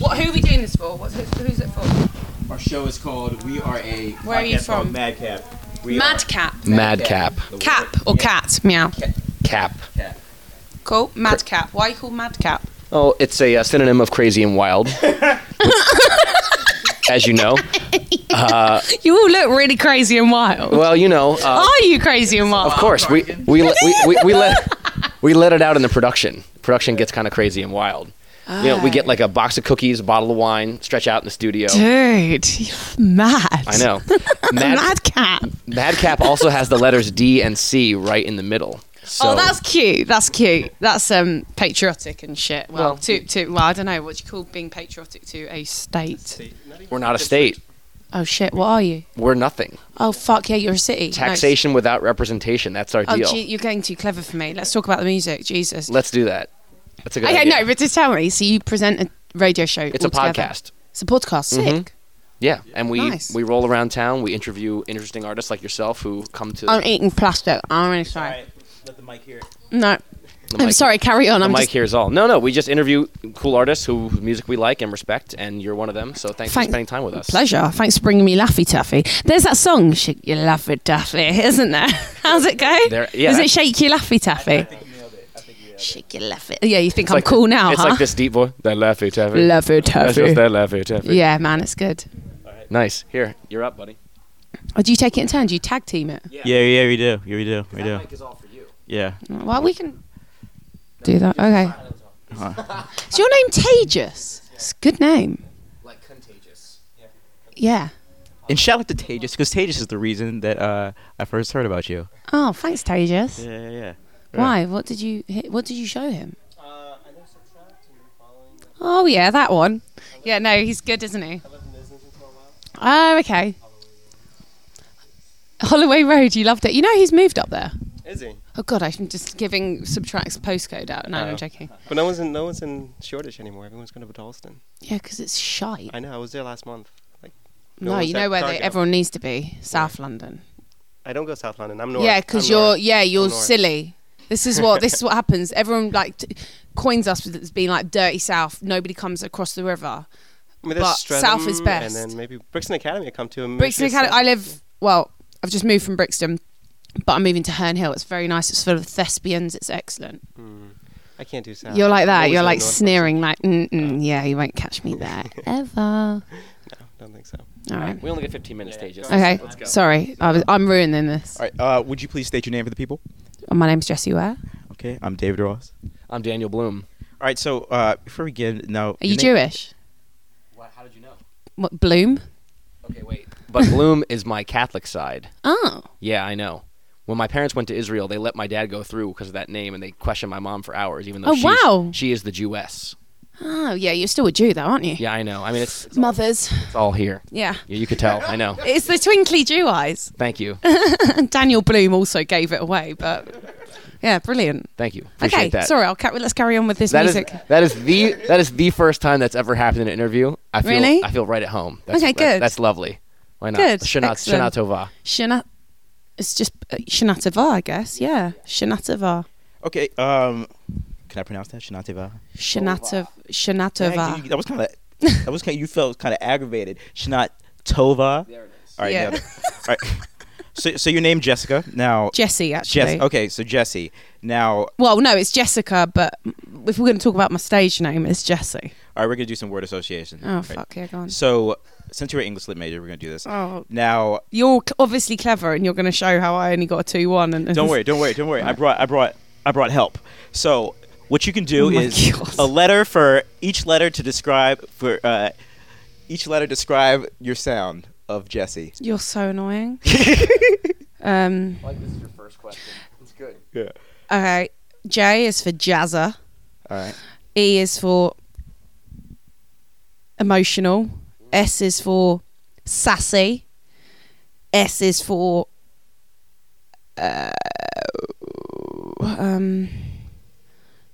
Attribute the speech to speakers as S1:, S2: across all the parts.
S1: What? Who are we doing this for? What's it, who's it for?
S2: Our show is called We Are a.
S1: Where are you
S2: podcast called
S1: from?
S2: Madcap. We
S1: Madcap.
S2: are-
S3: Madcap.
S2: The
S1: Cap
S2: word-
S1: or
S2: yeah,
S1: cat? Meow.
S3: Cap.
S2: Cap.
S1: Cool. Madcap. Why are you called Madcap?
S3: Oh, it's a, uh synonym of crazy and wild. As you know.
S1: You all look really crazy and wild.
S3: Well, you know. Uh,
S1: Are you crazy and wild?
S3: of course, we we, let- we, we, we let we let it out in the production. Production gets kind of crazy and wild. You know, we get like a box of cookies, a bottle of wine, stretch out in the studio.
S1: Ah. Dude, you're mad.
S3: I know. Mad,
S1: Madcap.
S3: Madcap also has the letters D and C right in the middle. So,
S1: Oh, that's cute. That's cute. That's um patriotic and shit. Well,
S3: Well-
S1: to to well, I don't know what you call being patriotic to a state.
S3: we're not a state.
S1: Oh shit, what are you?
S3: We're nothing.
S1: Oh fuck yeah, you're a city. Nice.
S3: Taxation without representation. That's our
S1: Oh,
S3: deal.
S1: gee, you're getting too clever for me. Let's talk about the music. Jesus.
S3: Let's do that. That's a good
S1: okay,
S3: idea.
S1: no, but just tell me. So you present a radio show.
S3: it's a
S1: altogether.
S3: podcast. Mm-hmm.
S1: It's a podcast. Sick.
S3: Yeah, and we
S1: Nice.
S3: we roll around town. We interview interesting artists like yourself who come to.
S1: I'm eating plastic. I'm really sorry.
S2: Alright, let the mic hear it.
S1: No,
S3: the
S1: I'm
S3: mic-
S1: sorry. Carry on.
S3: The
S1: I'm
S3: mic
S1: just.
S3: hears all. No, no, we just interview cool artists who whose music we like and respect, and you're one of them. So thanks
S1: Thank-
S3: for spending time with us.
S1: Pleasure. Thanks for bringing me Laffy Taffy. There's that song, Shake Your Laffy Taffy, isn't there? How's it go?
S3: There- yeah,
S1: Is
S3: that-
S1: it Shake Your Laffy Taffy? Shake your laffy. Yeah, you think I'm
S3: like
S1: cool
S3: the-
S1: now,
S3: It's
S1: huh?
S3: like this deep voice. That laffy taffy.
S1: Laffy
S3: That's just
S1: Taffy.
S3: that laffy taffy.
S1: Yeah, man, it's good.
S3: Nice. Here, you're up, buddy.
S1: Or do you take it in turn? Do you tag team it?
S2: Yeah, yeah, we do. Yeah, we do. We do.
S3: is all for you.
S2: Yeah.
S1: Well, we can do that. Okay. Is your name Tagus? It's a good name.
S3: Like contagious.
S1: Yeah.
S2: And shout out to Tejas, because Tejas is the reason that uh, I first heard about you.
S1: Oh, thanks, Tagus.
S2: yeah, yeah.
S1: Why? What did you hit? What did you show him?
S4: Uh,
S1: Oh yeah, that one. Yeah, no, he's good, isn't he? Oh, okay. Holloway Road, you loved it. You know he's moved up there.
S4: Is he?
S1: Oh god, I'm just giving subtracts postcode out. No, I'm joking.
S4: But no one's in no one's in Shoreditch anymore. Everyone's going to Dalston.
S1: Yeah, because it's shite.
S4: I know. I was there last month. Like,
S1: No,
S4: one's
S1: you
S4: at
S1: know where they,
S4: Cargill.
S1: everyone needs to be. South London.
S4: I don't go South London. I'm north.
S1: Yeah, because
S4: I'm
S1: you're
S4: north.
S1: yeah you're
S4: I'm north.
S1: silly. This is what this is what happens. Everyone like t- coins us with it as being like dirty South. Nobody comes across the river.
S4: I mean, there's
S1: but South is
S4: Streatham,
S1: best.
S4: And then maybe Brixton Academy. I come to. and
S1: Brixton
S4: maybe it's
S1: Academy. I live well. I've just moved from Brixton, but I'm moving to Herne Hill. It's very nice. It's full of thespians. It's excellent.
S4: South. Hmm. I can't do South.
S1: You're like that.
S4: I'm always
S1: You're
S4: in the
S1: like
S4: north.
S1: sneering. Like, Mm-mm, yeah, you won't catch me there ever.
S4: No, don't think so.
S1: All right.
S3: We only get 15 minutes, Tejas.
S1: Okay. Sorry, I was, I'm ruining this. Oh,
S5: All right. Uh, would you please state your name for the people?
S1: My name's Jessie Ware.
S5: Okay. I'm David Ross.
S3: I'm Daniel Bloom.
S5: All right. So uh, before we get now,
S1: Are you Jewish?
S3: How did you know?
S1: What Bloom?
S3: Okay, wait. But Bloom is my Catholic side.
S1: Oh.
S3: Yeah, I know. When my parents went to Israel, they let my dad go through because of that name, and they questioned my mom for hours, even though
S1: Oh,
S3: she's,
S1: wow.
S3: she is the Jewess.
S1: Oh, yeah, you're still a Jew, though, aren't you?
S3: Yeah, I know. I mean, it's, it's, all,
S1: Mothers.
S3: it's all here.
S1: Yeah.
S3: Yeah, you could tell. I know.
S1: It's the twinkly Jew eyes.
S3: Thank you.
S1: And Daniel Bloom also gave it away, but yeah, brilliant.
S3: Thank you. Appreciate
S1: okay,
S3: that.
S1: sorry, I'll ca- let's carry on with this
S3: That is
S1: music.
S3: that is the that is the first time that's ever happened in an interview. I feel
S1: Really?
S3: I feel right at home. That's,
S1: Okay,
S3: that's-
S1: good.
S3: That's lovely. Why not?
S1: Good,
S3: Shana, Shana
S1: excellent.
S3: Tova.
S1: Shana- it's just uh, Shanatava, I guess. Yeah, Shanatava.
S5: Okay. Um, can I pronounce that? Shinateva.
S1: Shanatava.
S5: Dang, you-
S1: Shanatava.
S5: That was kind of. That was kind. You felt kind of aggravated. Shinat Tova. All right.
S1: Yeah.
S5: now- all right. So, so your name Jessica now.
S1: Jessie, actually.
S5: Jess. oh. Okay. So Jesse. Now, all
S1: Well, no, it's Jessica, but if we're going to talk about my stage name, it's Jessie.
S5: right. We're gonna do some word association.
S1: Oh,
S5: Right.
S1: fuck, yeah, go on.
S5: So, since you're an English lit major, we're gonna do this.
S1: Oh.
S5: Now,
S1: You're c- obviously clever, and you're going to show how I only got a 2 1. And
S5: Don't worry, don't worry, don't worry. I brought, I brought, I brought help. So what you can do
S1: Oh my
S5: is
S1: God.
S5: a letter for each letter to describe for uh, each letter describe your sound of Jesse.
S1: You're so annoying. um,
S3: Like this is your first question. It's good.
S5: Yeah.
S1: okay. J is for Jazza.
S5: All right.
S1: E is for emotional. S is for sassy. S is for uh, um,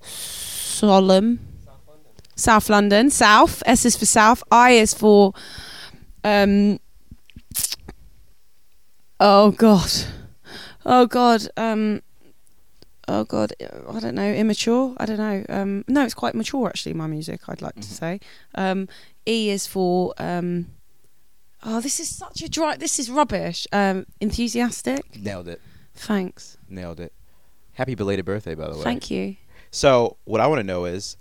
S1: solemn. South London. South. S is for South. I is for um. Oh God. Oh God. Um. oh god, I don't know, immature. I don't know. Um, no, it's quite mature actually. My music, I'd like to say. Um, e is for. Um, oh, this is such a dry. This is rubbish. Um, enthusiastic.
S5: Nailed it.
S1: Thanks.
S5: Nailed it. Happy belated birthday, by the way.
S1: Thank you.
S5: So what I want to know is,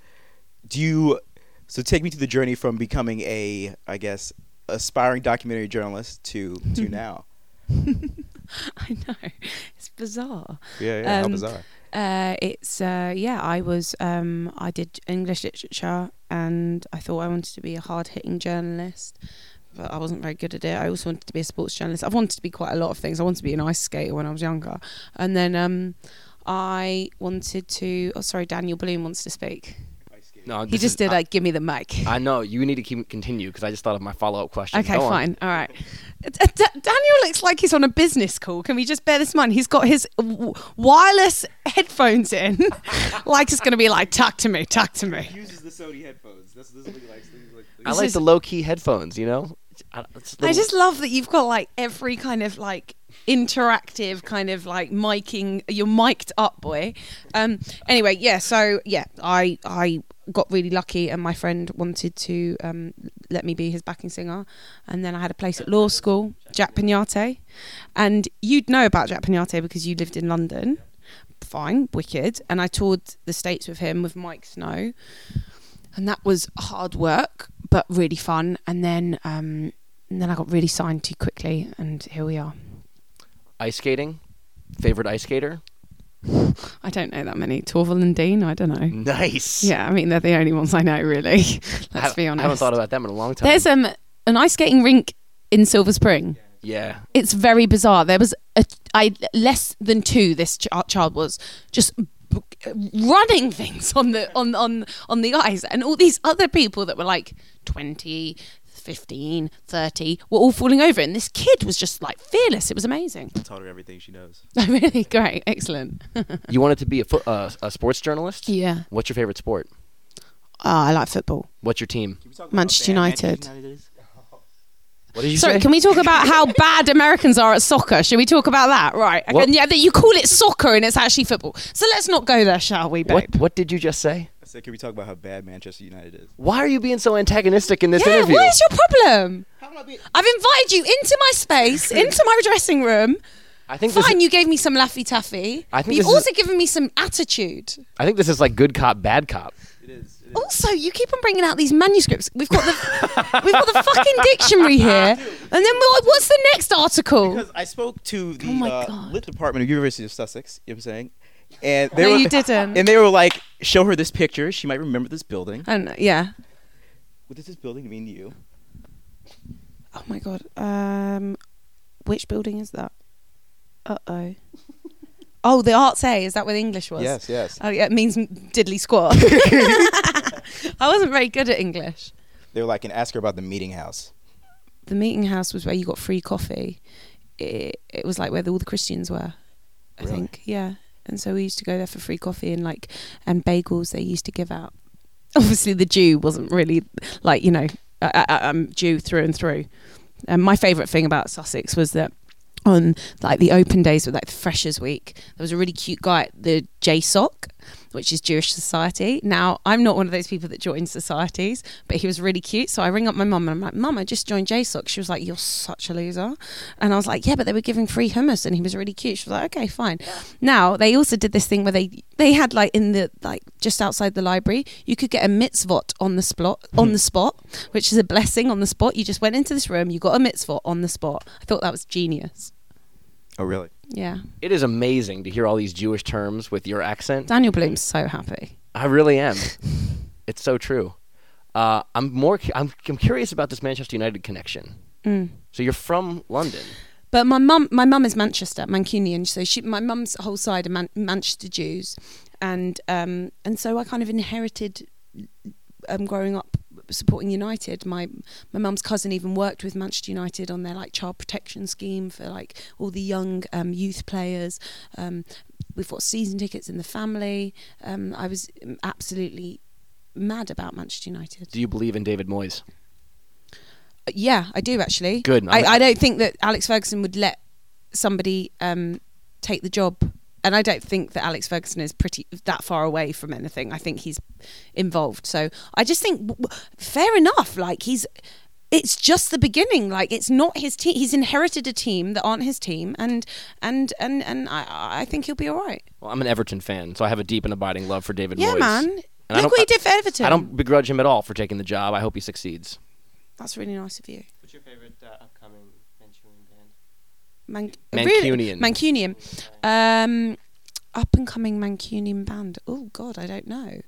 S5: do you? So take me to the journey from becoming a, I guess, aspiring documentary journalist to to now.
S1: I know. It's bizarre.
S5: Yeah, yeah. how
S1: Um,
S5: bizarre.
S1: Uh, it's uh, yeah. I was um, I did English literature, and I thought I wanted to be a hard hitting journalist, but I wasn't very good at it. I also wanted to be a sports journalist. I wanted to be quite a lot of things. I wanted to be an ice skater when I was younger, and then um, I wanted to. Oh, sorry, Daniel Bloom wants to speak.
S3: No,
S1: He
S3: this
S1: just
S3: is- uh,
S1: did
S3: I,
S1: like, give me the mic.
S3: I know you need to keep continue because I just thought of my follow up question.
S1: Okay,
S3: Go on.
S1: fine. All right. D- D- Daniel looks like he's on a business call. Can we just bear this in mind? He's got his w- wireless headphones in. like it's going to be like, talk to me, talk to me.
S5: Uses the Sony headphones. That's this is what he likes.
S3: I like
S1: is-
S3: the low key headphones. You know, I, it's a
S1: I
S3: little-
S1: just love that you've got like every kind of like interactive kind of like miking you're mic'd up boy um anyway yeah so yeah i i got really lucky and my friend wanted to um let me be his backing singer and then i had a place at law school jack pignate and you'd know about jack pignate because you lived in london fine wicked and i toured the states with him with mike snow and that was hard work but really fun and then um and then I got really signed too quickly and here we are
S3: ice skating. Favorite ice skater?
S1: I don't know that many Torval and Dean I don't know
S3: Nice.
S1: yeah I mean they're the only ones I know really
S3: Mm.
S1: let's
S3: I haven't-
S1: be honest
S3: I haven't thought about them in a long time.
S1: there's um an ice skating rink in Silver Spring
S3: yeah.
S1: it's very bizarre. There was a I less than two. This ch- uh, child was just b- uh, running things on the on on on the ice, and all these other people that were like 20, 15, 30 were all falling over, and this kid was just like fearless. It was amazing.
S5: Taught her everything she knows.
S1: really great, excellent.
S3: You wanted to be a foot, uh, a sports journalist?
S1: yeah,
S3: What's your favorite sport?
S1: Ah, I like football.
S3: What's your team?
S1: Manchester United.
S3: What did you
S1: Sorry,
S3: say?
S1: can we talk about how bad Americans are at soccer? Should we talk about that? Right. Okay,
S3: What?
S1: yeah, that you call it soccer and it's actually football. So let's not go there, shall we, babe?
S3: what What did you just say?
S5: I said, can we talk about how bad Manchester United is?
S3: Why are you being so antagonistic in this
S1: yeah,
S3: interview?
S1: what is your problem?
S5: How about be?
S1: I've invited you into my space, into my dressing room.
S3: I think this.
S1: Fine, you gave me some laffy taffy.
S3: I
S1: But
S3: think
S1: you've
S3: this is-
S1: also given me some attitude.
S3: I think this is like good cop, bad cop.
S5: It is. It is.
S1: Also, you keep on bringing out these manuscripts. We've got the we've got the fucking dictionary here, and then we- what's the next article?
S5: Because I spoke to the
S1: Oh my
S5: uh,
S1: God.
S5: lit department of University of Sussex. You know what I'm saying? And they
S1: No,
S5: were,
S1: you didn't.
S5: And they were like, show her this picture. She might remember this building.
S1: And yeah.
S5: What does this building mean to you?
S1: Oh my god. Um, which building is that? Uh oh. Oh, the Arts A. Is that where the English was?
S5: yes.
S1: Oh yeah, it means diddly squat. I wasn't very good at English.
S5: They were like, and ask her about the meeting house.
S1: the meeting house was where you got free coffee. It, it was like where the, all the Christians were, I
S5: Really?
S1: think. Yeah. And so we used to go there for free coffee and like and bagels they used to give out. Obviously, the Jew wasn't really like you know I, I, I'm Jew through and through. And my favourite thing about Sussex was that on like the open days with like the Freshers Week, there was a really cute guy at the JSOC, which is Jewish Society. Now, I'm not one of those people that joins societies, but he was really cute. So I ring up my mum and I'm like, Mum, I just joined JSOC. She was like, You're such a loser. And I was like, Yeah, but they were giving free hummus and he was really cute. She was like, Okay, fine. Now, they also did this thing where they they had like in the like just outside the library, you could get a mitzvot on the spot on the spot, which is a blessing on the spot. You just went into this room, you got a mitzvot on the spot. I thought that was genius.
S5: Oh, really?
S1: Yeah.
S3: It is amazing to hear all these Jewish terms with your accent.
S1: Daniel Bloom's so happy.
S3: I really am. it's so true. Uh, I'm more. cu- I'm, I'm curious about this Manchester United connection.
S1: Mm.
S3: So you're from London.
S1: But my mum, my mum is Manchester, Mancunian. So she, my mum's whole side are Man- Manchester Jews, and um, and so I kind of inherited, um, growing up supporting United. My my mum's cousin even worked with Manchester United on their like child protection scheme for like all the young um, youth players. Um, we've got season tickets in the family. Um, I was absolutely mad about Manchester United.
S3: Do you believe in David Moyes?
S1: Yeah, I do actually.
S3: Good.
S1: I, I don't think that Alex Ferguson would let somebody um, take the job and I don't think that Alex Ferguson is pretty that far away from anything. I think he's involved. So I just think, w- w- fair enough. Like he's, it's just the beginning. Like it's not his team. He's inherited a team that aren't his team, and and and and I I think he'll be all right.
S3: Well, I'm an Everton fan, so I have a deep and abiding love for David
S1: Yeah,
S3: Moyes.
S1: man.
S3: And I
S1: Look
S3: don't-
S1: what he did for Everton.
S3: I don't begrudge him at all for taking the job. I hope he succeeds.
S1: That's really nice of you.
S4: What's your favorite uh, upcoming Manchurian band?
S1: Man- really-
S3: Mancunian.
S1: Mancunian. Um, up and coming Mancunian band. Oh God, I don't know.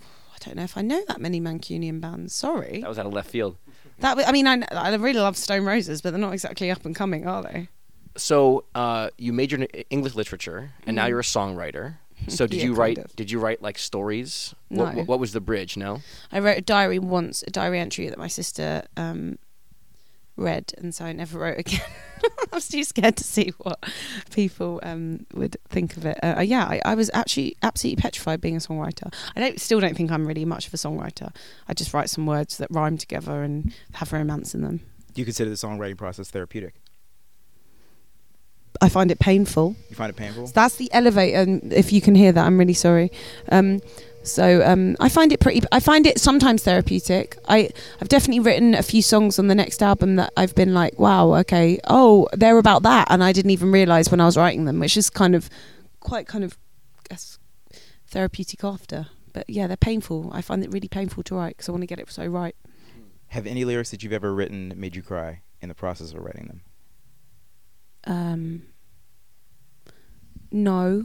S1: I don't know if I know that many Mancunian bands. Sorry.
S3: That was out of left field.
S1: That wa- I mean, I, kn- I really love Stone Roses, but they're not exactly up and coming, are they?
S3: So uh, you majored in English literature, and now you're a songwriter. So did
S1: Mm-hmm. Yeah,
S3: you
S1: kind
S3: write?
S1: of.
S3: Did you write like stories? What,
S1: No.
S3: what, what was the bridge? No.
S1: I wrote a diary once, a diary entry that my sister um, read, and so I never wrote again. I was too scared to see what people um, would think of it. Uh, yeah, I, I was actually absolutely petrified being a songwriter. I don't, still don't think I'm really much of a songwriter. I just write some words that rhyme together and have romance in them.
S5: Do you consider the songwriting process therapeutic?
S1: I find it painful.
S5: You find it painful?
S1: So that's the elevator. And if you can hear that, I'm really sorry. Um, so um, I find it pretty. I find it sometimes therapeutic. I I've definitely written a few songs on the next album that I've been like, wow, okay, oh, they're about that, and I didn't even realize when I was writing them, which is kind of quite kind of I guess therapeutic after. But yeah, they're painful. I find it really painful to write because I want to get it so right.
S5: Have any lyrics that you've ever written made you cry in the process of writing them?
S1: Um, no,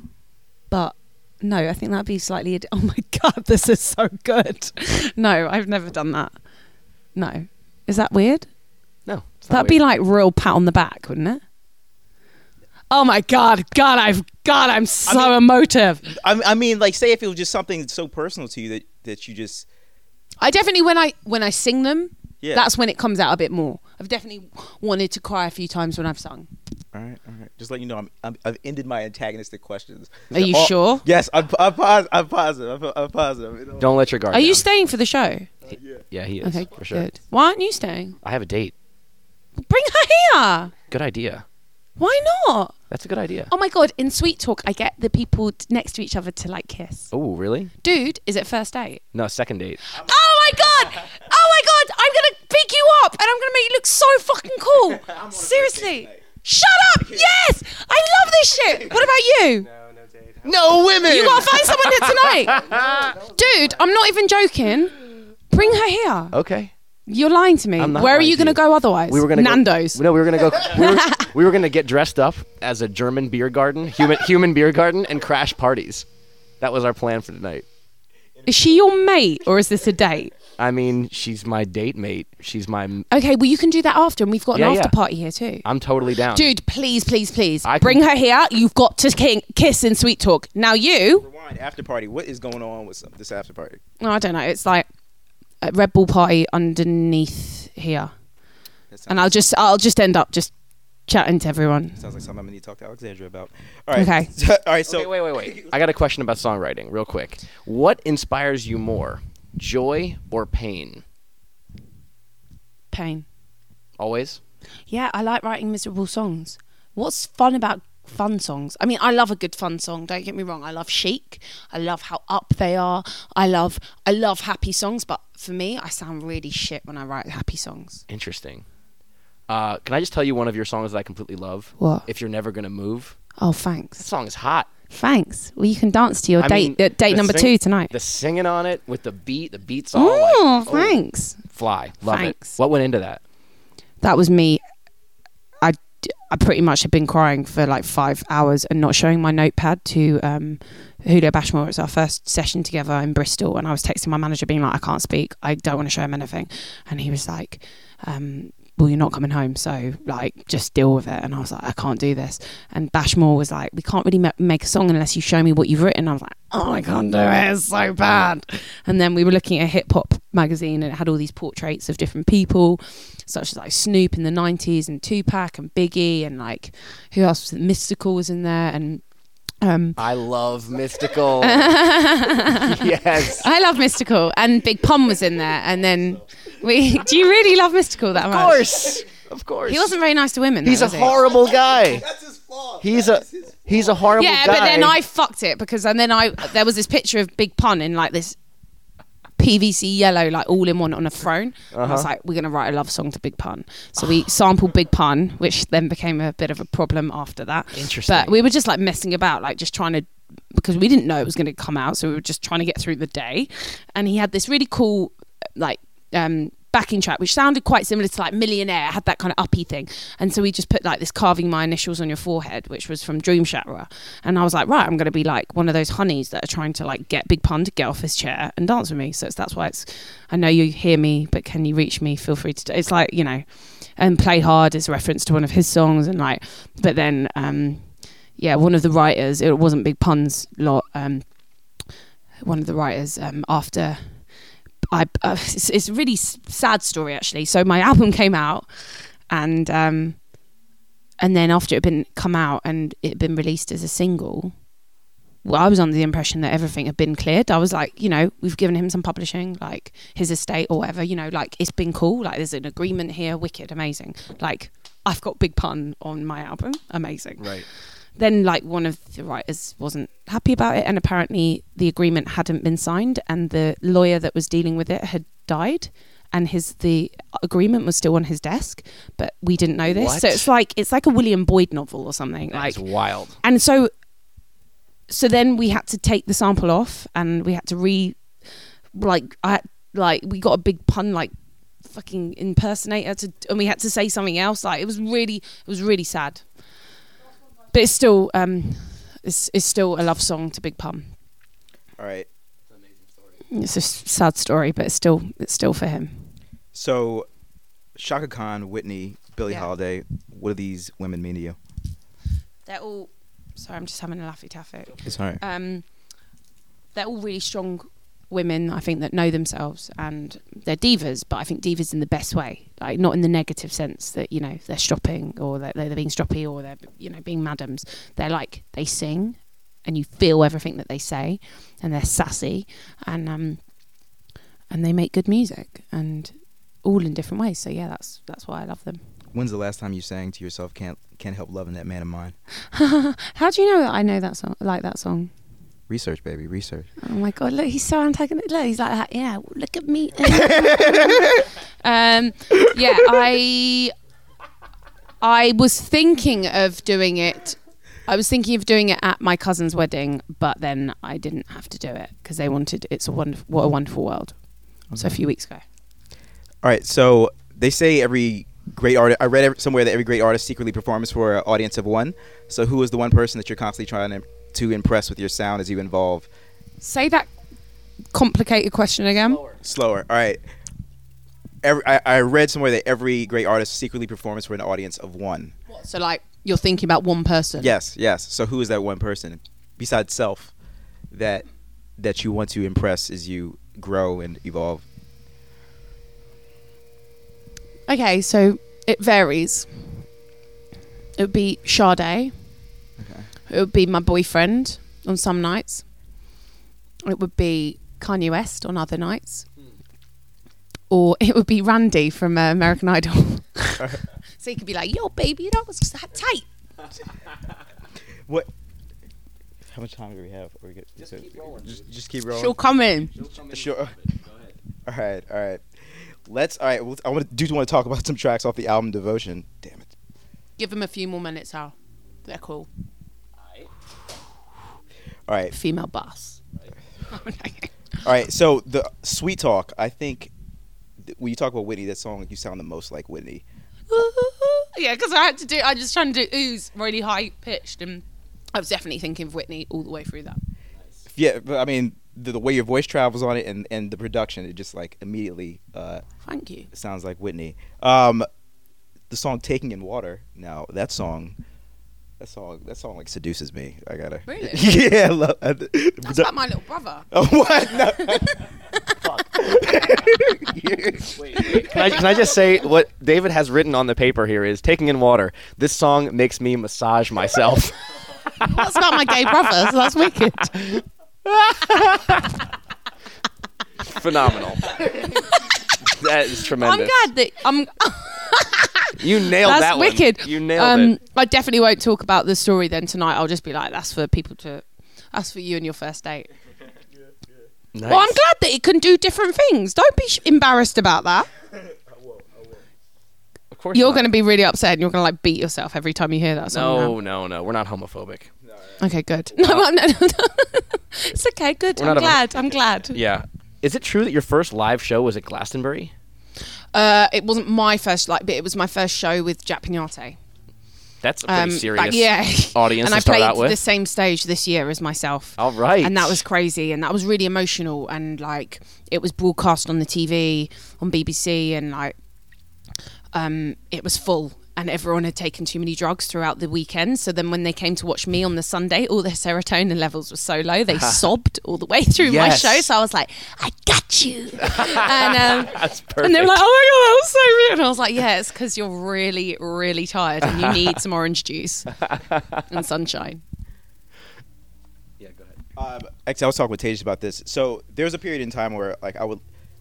S1: but no, I think that'd be slightly. Ad- oh my god, this is so good. no, I've never done that. No, is that weird?
S3: No. it's not
S1: That'd be
S3: weird.
S1: like real pat on the back, wouldn't it? Oh my god, God, I've God, I'm so emotive.
S5: I, I mean, like, say if it was just something so personal to you that, that you just.
S1: I definitely when I when I sing them,
S5: Yeah.
S1: that's when it comes out a bit more. I've definitely wanted to cry a few times when I've sung.
S5: All right, all right. Just let you know, I'm, I'm, I've ended my antagonistic questions.
S1: Are you
S5: All-
S1: sure?
S5: Yes, I'm, I'm, posi- I'm positive. I'm, I'm positive. you know?
S3: Don't let your guard
S1: Are you
S3: down.
S1: staying for the show?
S3: yeah, he is
S1: Okay,
S3: for sure.
S1: good. Why aren't you staying?
S3: I have a date.
S1: Bring her here.
S3: Good idea.
S1: Why not?
S3: That's a good idea.
S1: Oh my god! In sweet talk, I get the people t- next to each other to like kiss.
S3: Oh, really?
S1: Dude, is it first date?
S3: No, second date.
S1: Oh my god! Oh my god! I'm gonna pick you up and I'm gonna make you look so fucking cool. Seriously. Shut up! Yes, I love this shit. What about you?
S4: No, no date.
S3: No women.
S1: You gotta find someone here tonight, dude. I'm not even joking. Bring her here.
S3: Okay.
S1: You're lying to me.
S3: I'm not
S1: Where are
S3: lying
S1: you
S3: to
S1: gonna
S3: you.
S1: go otherwise?
S3: We were gonna
S1: Nando's.
S3: Go, no, we were gonna go. We were, we were gonna get dressed up as a German beer garden, human human beer garden, and crash parties. That was our plan for tonight.
S1: Is she your mate or is this a date?
S3: I mean, she's my date mate. She's my.
S1: Okay, well you can do that after, and we've got an
S3: Yeah,
S1: after
S3: yeah.
S1: party here too.
S3: I'm totally down.
S1: Dude, please, please, please.
S3: I can-
S1: Bring her here. You've got to king- kiss and sweet talk. Now, you.
S5: Rewind after party. What is going on with some, this after party?
S1: Oh, I don't know. It's like a Red Bull party underneath here.
S5: That sounds,
S1: And I'll just I'll just end up just chatting to everyone.
S5: sounds like something I'm gonna need to talk to Alexandra about. All right.
S1: Okay.
S5: So, all right. So
S3: Okay, wait, wait, wait. I got a question about songwriting, real quick. What inspires you more, joy or pain?
S1: Pain.
S3: Always.
S1: Yeah, I like writing miserable songs. What's fun about fun songs? I mean, I love a good fun song. Don't get me wrong. I love chic. I love how up they are. I love I love happy songs, but for me, I sound really shit when I write happy songs.
S3: Interesting. Uh, can I just tell you one of your songs that I completely love?
S1: What?
S3: If you're never gonna move,
S1: Oh,
S3: that
S1: thanks.
S3: song is hot.
S1: Thanks. Well, you can dance to your
S3: I
S1: date
S3: mean,
S1: uh, date
S3: the
S1: number
S3: sing-
S1: two tonight.
S3: The singing on it with the beat, the beats all like
S1: Oh, thanks.
S3: fly. Love
S1: Thanks.
S3: it. What went into that?
S1: That was me. I, d- I pretty much had been crying for like five hours and not showing my notepad to um, Julio Bashmore. It's our first session together in Bristol, and I was texting my manager, being like, "I can't speak. I don't want to show him anything," and he was like. Um, well, you're not coming home, so like, just deal with it. And I was like, I can't do this. And Bashmore was like, we can't really ma- make a song unless you show me what you've written. I was like, oh, I can't do it. It's so bad. And then we were looking at a hip hop magazine, and it had all these portraits of different people, such as like Snoop in the '90s and Tupac and Biggie, and like who else? Was it? Mystical was in there, and um,
S3: I love mystical. yes.
S1: I love Mystical, and Big Pun was in there. And then we, do you really love Mystical that much?
S3: Of course. Of course.
S1: He wasn't very nice to women.
S3: He's
S1: though,
S3: a
S1: was he?
S3: horrible guy.
S5: that's his flaw.
S3: He's a He's a horrible
S1: yeah,
S3: guy.
S1: but then I fucked it because and then I there was this picture of Big Pun in like this PVC yellow, like all in one on a throne. And
S3: Uh-huh.
S1: I was like, we're gonna write a love song to Big Pun. So we sampled Big Pun, which then became a bit of a problem after that.
S3: Interesting.
S1: But we were just like messing about, like just trying to because we didn't know it was gonna come out, so we were just trying to get through the day. And he had this really cool like um backing track which sounded quite similar to like millionaire It had that kind of uppy thing and so we just put like this carving my initials on your forehead which was from dream shatterer and i was like right i'm going to be like one of those honeys that are trying to like get big pun to get off his chair and dance with me so it's, that's why it's i know you hear me but can you reach me feel free to do, it's like you know and play hard is a reference to one of his songs and like but then um yeah one of the writers it wasn't big pun's lot um one of the writers um, after I uh, it's, it's a really s- sad story actually. So my album came out, and um, and then after it had been come out and it had been released as a single, well, I was under the impression that everything had been cleared. I was like, you know, we've given him some publishing, like his estate or whatever. You know, like it's been cool. Like there's an agreement here, wicked, amazing. Like I've got Big Pun on my album, amazing
S5: Right.
S1: then like one of the writers wasn't happy about it and apparently the agreement hadn't been signed and the lawyer that was dealing with it had died and his the agreement was still on his desk but we didn't know this so
S3: What?
S1: it's like it's like a william boyd novel or something like
S3: That's wild.
S1: and so so then we had to take the sample off and we had to re like i like we got a big pun like fucking impersonator to and we had to say something else like it was really it was really sad but it's still um it's, it's still a love song to big pun
S5: All right.
S1: it's a s- sad story but it's still it's still for him
S5: So, Shaka Khan, Whitney, Billie
S1: Yeah.
S5: Holiday. What do these women mean to you?
S1: they're all sorry i'm just having a laffy taffy
S5: It's all right.
S1: um, they're all really strong women i think that know themselves and they're divas but i think divas in the best way like not in the negative sense that you know they're stropping or that they're being stroppy or they're you know being madams they're like they sing and you feel everything that they say and they're sassy and um and they make good music and all in different ways so yeah that's that's why i love them
S5: When's the last time you sang to yourself? Can't can't help loving that man of mine.
S1: how do you know that i know that song like that song
S5: Research, baby, research.
S1: Oh my god! Look, he's so antagonistic. Look, he's like, that. yeah, look at me. um, yeah, I, I was thinking of doing it. I was thinking of doing it at my cousin's wedding, but then I didn't have to do it because they wanted "It's a Wonderful, What a Wonderful World." So a few weeks ago.
S5: All right. So they say every great artist. I read ev- somewhere that every great artist secretly performs for an audience of one. So who is the one person that you're constantly trying to, to impress with your sound as you involve?
S1: Say that complicated question again.
S5: Slower. All right. Every, I, I read somewhere that every great artist secretly performs for an audience of one.
S1: So like, you're thinking about one person.
S5: Yes, yes. So who is that one person besides self that that you want to impress as you grow and evolve?
S1: Okay, so it varies. It would be Sade. Okay. It would be my boyfriend on some nights. It would be Kanye West on other nights. Or it would be Randy from uh, American Idol. so he could be like, yo, baby, that was tight.
S5: What? How much time do we have? Or we get, just, keep rolling. Just, keep rolling.
S1: She'll come in.
S5: Sure. All right, all right. Let's. All right. Well, I want to do. Want to talk about some tracks off the album Devotion? Damn it.
S1: Give him a few more minutes, Al. They're cool.
S5: All right,
S1: Female boss.
S5: all right. So the Sweet Talk. I think th- when you talk about Whitney, that song you sound the most like Whitney.
S1: yeah, because I had to do. I just trying to do oohs really high pitched, and I was definitely thinking of Whitney all the way through that.
S5: Yeah, but I mean the, the way your voice travels on it and and the production, it just like immediately uh,
S1: Thank you.
S5: sounds like Whitney. Um, the song "Taking in Water." Now that song, that song, that song like seduces me. I gotta.
S1: Really?
S5: yeah, I love. I,
S1: That's like my little brother.
S5: Oh, what? No.
S3: Can I, can I just say what David has written on the paper here is taking in water. This song makes me massage myself.
S1: That's about my gay brother. So that's wicked.
S3: Phenomenal. that is
S1: I'm
S3: tremendous.
S1: glad that I'm.
S3: You nailed
S1: Oh that's
S3: that one.
S1: wicked. Um,
S3: You nailed it.
S1: I definitely won't talk about the story then tonight. I'll just be like, that's for people to, that's for you and your first date.
S3: Nice.
S1: Well, I'm glad that it can do different things. Don't be sh- embarrassed about that.
S3: Of course
S1: You're
S3: not.
S1: going to be really upset and you're going to like beat yourself every time you hear that. somehow.
S3: No, no, no. We're not homophobic.
S1: Okay, good. No, I'm no, no, no. it's okay. Good.
S3: Uh, We're
S1: I'm
S3: not a-
S1: glad. I'm glad.
S3: Yeah. Is it true that your first live show was at Glastonbury?
S1: Uh, it wasn't my first like, but it was my first show with Jack Pignate.
S3: That's a pretty serious
S1: like, Um, yeah.
S3: audience
S1: and
S3: to
S1: I
S3: start
S1: played
S3: out with.
S1: the same stage this year as myself.
S3: All right.
S1: And that was crazy, and that was really emotional, and like it was broadcast on the TV on BBC, and like um, it was full. And everyone had taken too many drugs throughout the weekend. So then, when they came to watch me on the Sunday, all their serotonin levels were so low they sobbed all the way through
S3: Yes.
S1: my show. So I was like, "I got you," and um,
S3: That's perfect.
S1: and they were like, "Oh my god, that was so weird!" And I was like, "Yeah, it's because you're really, really tired and you need some orange juice and sunshine."
S3: yeah, go ahead.
S5: Um, actually, I was talking with Tej about this. So there was a period in time where, like, I would,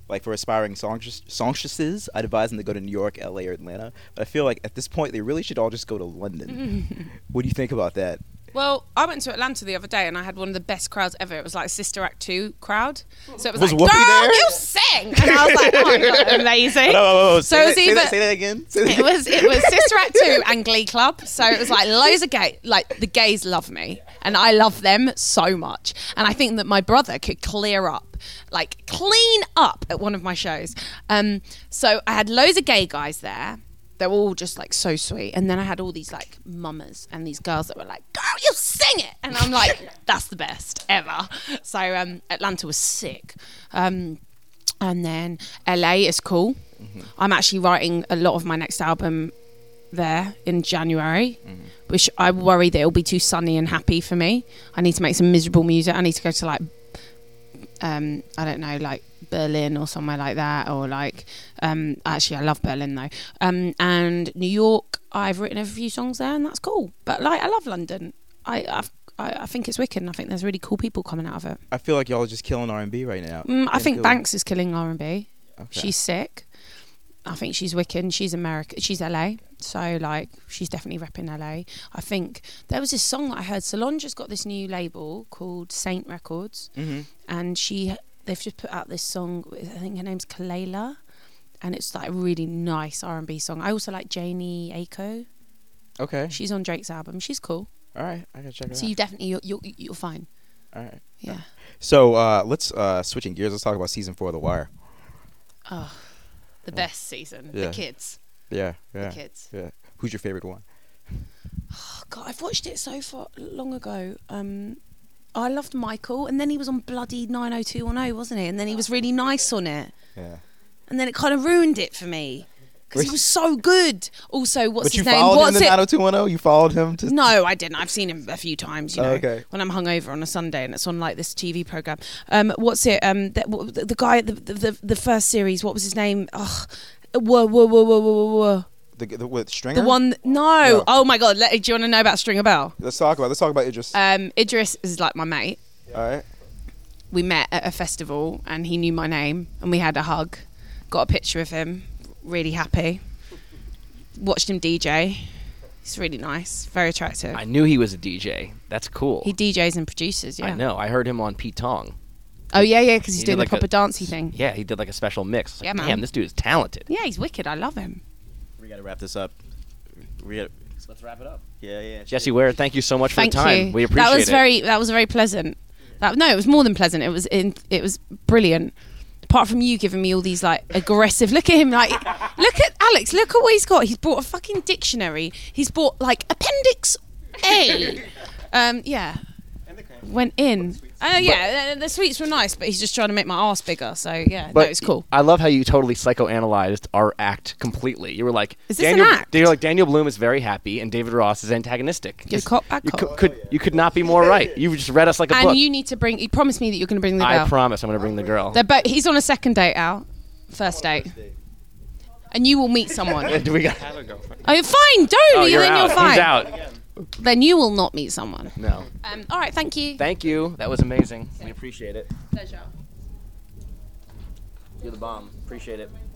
S5: like, for aspiring songstress, songstresses, I'd advise them to go to New York, L.A., or Atlanta. But I feel like at this point, they really should all just go to London. what do you think about that?
S1: Well, I went to Atlanta the other day and I had one of the best crowds ever. It was like Sister Act Two crowd, so it was,
S5: Was
S1: like,
S5: Whoopi
S1: "Girl,
S5: there?"
S1: you sing," and I was like, "Oh my god, amazing!"
S5: oh,
S1: So
S5: say,
S1: it was
S5: that, say, that, say
S1: either-
S5: that again. Say that
S1: It was it was Sister Act Two and Glee Club, so it was like loads of gay. Like the gays love me, and I love them so much. And I think that my brother could clear up, like clean up at one of my shows. Um, so I had loads of gay guys there. They were all just like so sweet, and then I had all these like mummers and these girls that were like, "Girl, you sing it," and I'm like, "That's the best ever." So um, Atlanta was sick. Um, and then LA is cool.
S5: Mm-hmm.
S1: I'm actually writing a lot of my next album there in January, which I worry that it'll be too sunny and happy for me. I need to make some miserable music. I need to go to like, um, I don't know, like Berlin or somewhere like that, or like, um, actually, I love Berlin though. Um, and New York, I've written a few songs there, and that's cool. But like, I love London. I I've, I, I think it's wicked, and I think there's really cool people coming out of it.
S5: I feel like y'all are just killing R&B right now.
S1: Mm, I
S5: Yeah,
S1: think
S5: good.
S1: Banks is killing R and B.
S5: Okay.
S1: She's sick. I think she's wicked. and She's America. She's LA. So like, she's definitely repping LA. I think there was this song that I heard. Solange has got this new label called Saint Records,
S5: Mm-hmm.
S1: and she they've just put out this song. with- I think her name's Kalela, and it's like a really nice R and B song. I also like Janie Aiko.
S5: Okay.
S1: She's on Drake's album. She's cool.
S5: All right. I gotta check it
S1: So
S5: out.
S1: you definitely you're, you're you're fine.
S5: All right.
S1: Yeah.
S5: So uh, let's uh, switching gears. Let's talk about season four of The Wire.
S1: Oh, the best season.
S5: Yeah.
S1: The kids.
S5: Yeah. Yeah.
S1: The kids.
S5: Yeah. Who's your favorite one?
S1: God, I've watched it so far long ago. Um, I loved Michael, and then he was on bloody 90210, wasn't he? And then he was really nice on it,
S5: Yeah.
S1: and then it kind of ruined it for me because he was so good. Also, what's
S5: but you
S1: his name?
S5: followed
S1: What's
S5: him to
S1: it?
S5: 90210. oh? You followed him to.
S1: No, I didn't. I've seen him a few times. You
S5: Oh,
S1: know,
S5: okay.
S1: when I'm hungover on a Sunday and it's on like this TV program. Um, what's it? Um, that, what, the, the guy, the, the the the first series. What was his name? Ugh. Whoa, whoa, whoa, whoa, whoa, whoa, whoa.
S5: The, the with Stringer.
S1: The one, no.
S5: No.
S1: Oh my God. Let, do you want to know about Stringer Bell?
S5: Let's talk about. Let's talk about Idris.
S1: Um, Idris is like my mate.
S5: All right.
S1: we met at a festival and he knew my name and we had a hug got a picture of him really happy watched him dj he's really nice very attractive
S3: I knew he was a DJ. That's cool.
S1: he djs and produces yeah
S3: I know. I heard him on Pete Tong.
S1: oh yeah yeah because he's
S3: He did
S1: doing
S3: like
S1: the proper
S3: a-
S1: dancey thing
S3: Yeah, he did like a special mix. Like,
S1: Yeah, man.
S3: Damn, this dude is talented.
S1: yeah he's wicked i love him
S5: We gotta wrap this up. We gotta,
S3: Let's wrap it up.
S5: yeah, yeah.
S3: Jesse Ware, thank you so much
S1: thank
S3: for your time.
S1: you
S3: We appreciate
S1: that was
S3: it.
S1: very that was very pleasant that no it was more than pleasant it was in it was brilliant apart from you giving me all these like aggressive look at him like look at alex look at what he's got he's bought a fucking dictionary he's bought like appendix a um yeah
S4: And the cramp.
S1: went in oh yeah the, the sweets were nice but he's just trying to make my ass bigger so yeah no, it's cool
S3: I love how you totally psychoanalyzed our act completely. You were like,
S1: Is this an
S3: Daniel,
S1: act?
S3: You're like Daniel Bloom is very happy and David Ross is antagonistic.
S1: Good cop, bad
S3: you
S1: cop.
S3: Could, could- you could not be more right. You just read us like a
S1: and
S3: book.
S1: you need to bring you promised me that you're going to bring the
S3: I
S1: girl
S3: promise, I'm gonna bring the girl.
S1: they're both he's on a second date out first date and you will meet someone
S3: Do we got?
S4: I have a girlfriend.
S1: Oh, fine. Don't.
S3: Oh, you're
S1: then
S3: out.
S1: you're fine.
S3: He's out.
S1: Then you will not meet someone.
S3: No.
S1: Um, all right. Thank you.
S3: Thank you. That was amazing. We appreciate it.
S1: Pleasure.
S3: You're the bomb. Appreciate it.